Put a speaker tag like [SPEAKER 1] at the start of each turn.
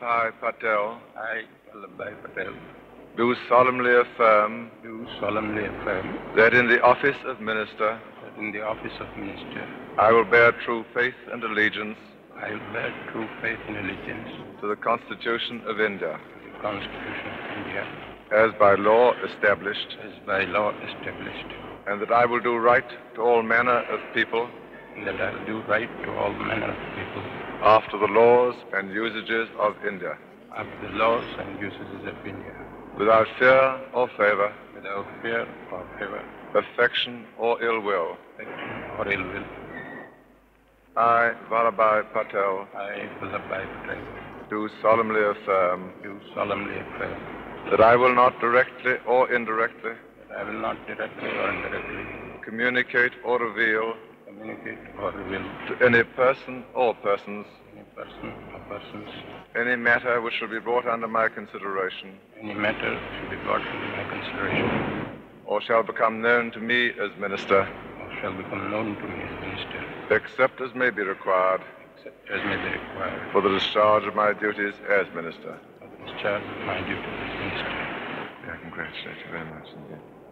[SPEAKER 1] Patel,
[SPEAKER 2] I, Vallabhbhai Patel,
[SPEAKER 1] do solemnly affirm
[SPEAKER 2] do solemnly affirm
[SPEAKER 1] that in the office of minister
[SPEAKER 2] that in the office of minister
[SPEAKER 1] I will bear true faith and allegiance
[SPEAKER 2] I will bear true faith and allegiance
[SPEAKER 1] to the Constitution of India,
[SPEAKER 2] to the Constitution of India
[SPEAKER 1] as by law established,
[SPEAKER 2] as by law established,
[SPEAKER 1] and that I will do right to all manner of people
[SPEAKER 2] and that I will do right to all manner of people
[SPEAKER 1] after the laws and usages of India,
[SPEAKER 2] after the laws and usages of India
[SPEAKER 1] without fear or favor,
[SPEAKER 2] without fear or favor,
[SPEAKER 1] affection or ill will.
[SPEAKER 2] affection or ill will.
[SPEAKER 1] I, Vallabhbhai Patel,
[SPEAKER 2] I, Vallabhbhai Patel,
[SPEAKER 1] do solemnly affirm
[SPEAKER 2] do solemnly affirm
[SPEAKER 1] that I will not directly or indirectly
[SPEAKER 2] that I will not directly or indirectly
[SPEAKER 1] communicate or reveal
[SPEAKER 2] communicate or reveal
[SPEAKER 1] to any person or persons
[SPEAKER 2] any person or persons
[SPEAKER 1] any matter which shall be brought under my consideration
[SPEAKER 2] any matter should be brought into my consideration
[SPEAKER 1] or shall become known to me as minister,
[SPEAKER 2] or shall become known to me as minister,
[SPEAKER 1] except as may be required
[SPEAKER 2] except as may be required
[SPEAKER 1] for the discharge of my duties as minister.
[SPEAKER 2] for the discharge of my duty as minister.
[SPEAKER 1] Yeah, congratulate you very much indeed.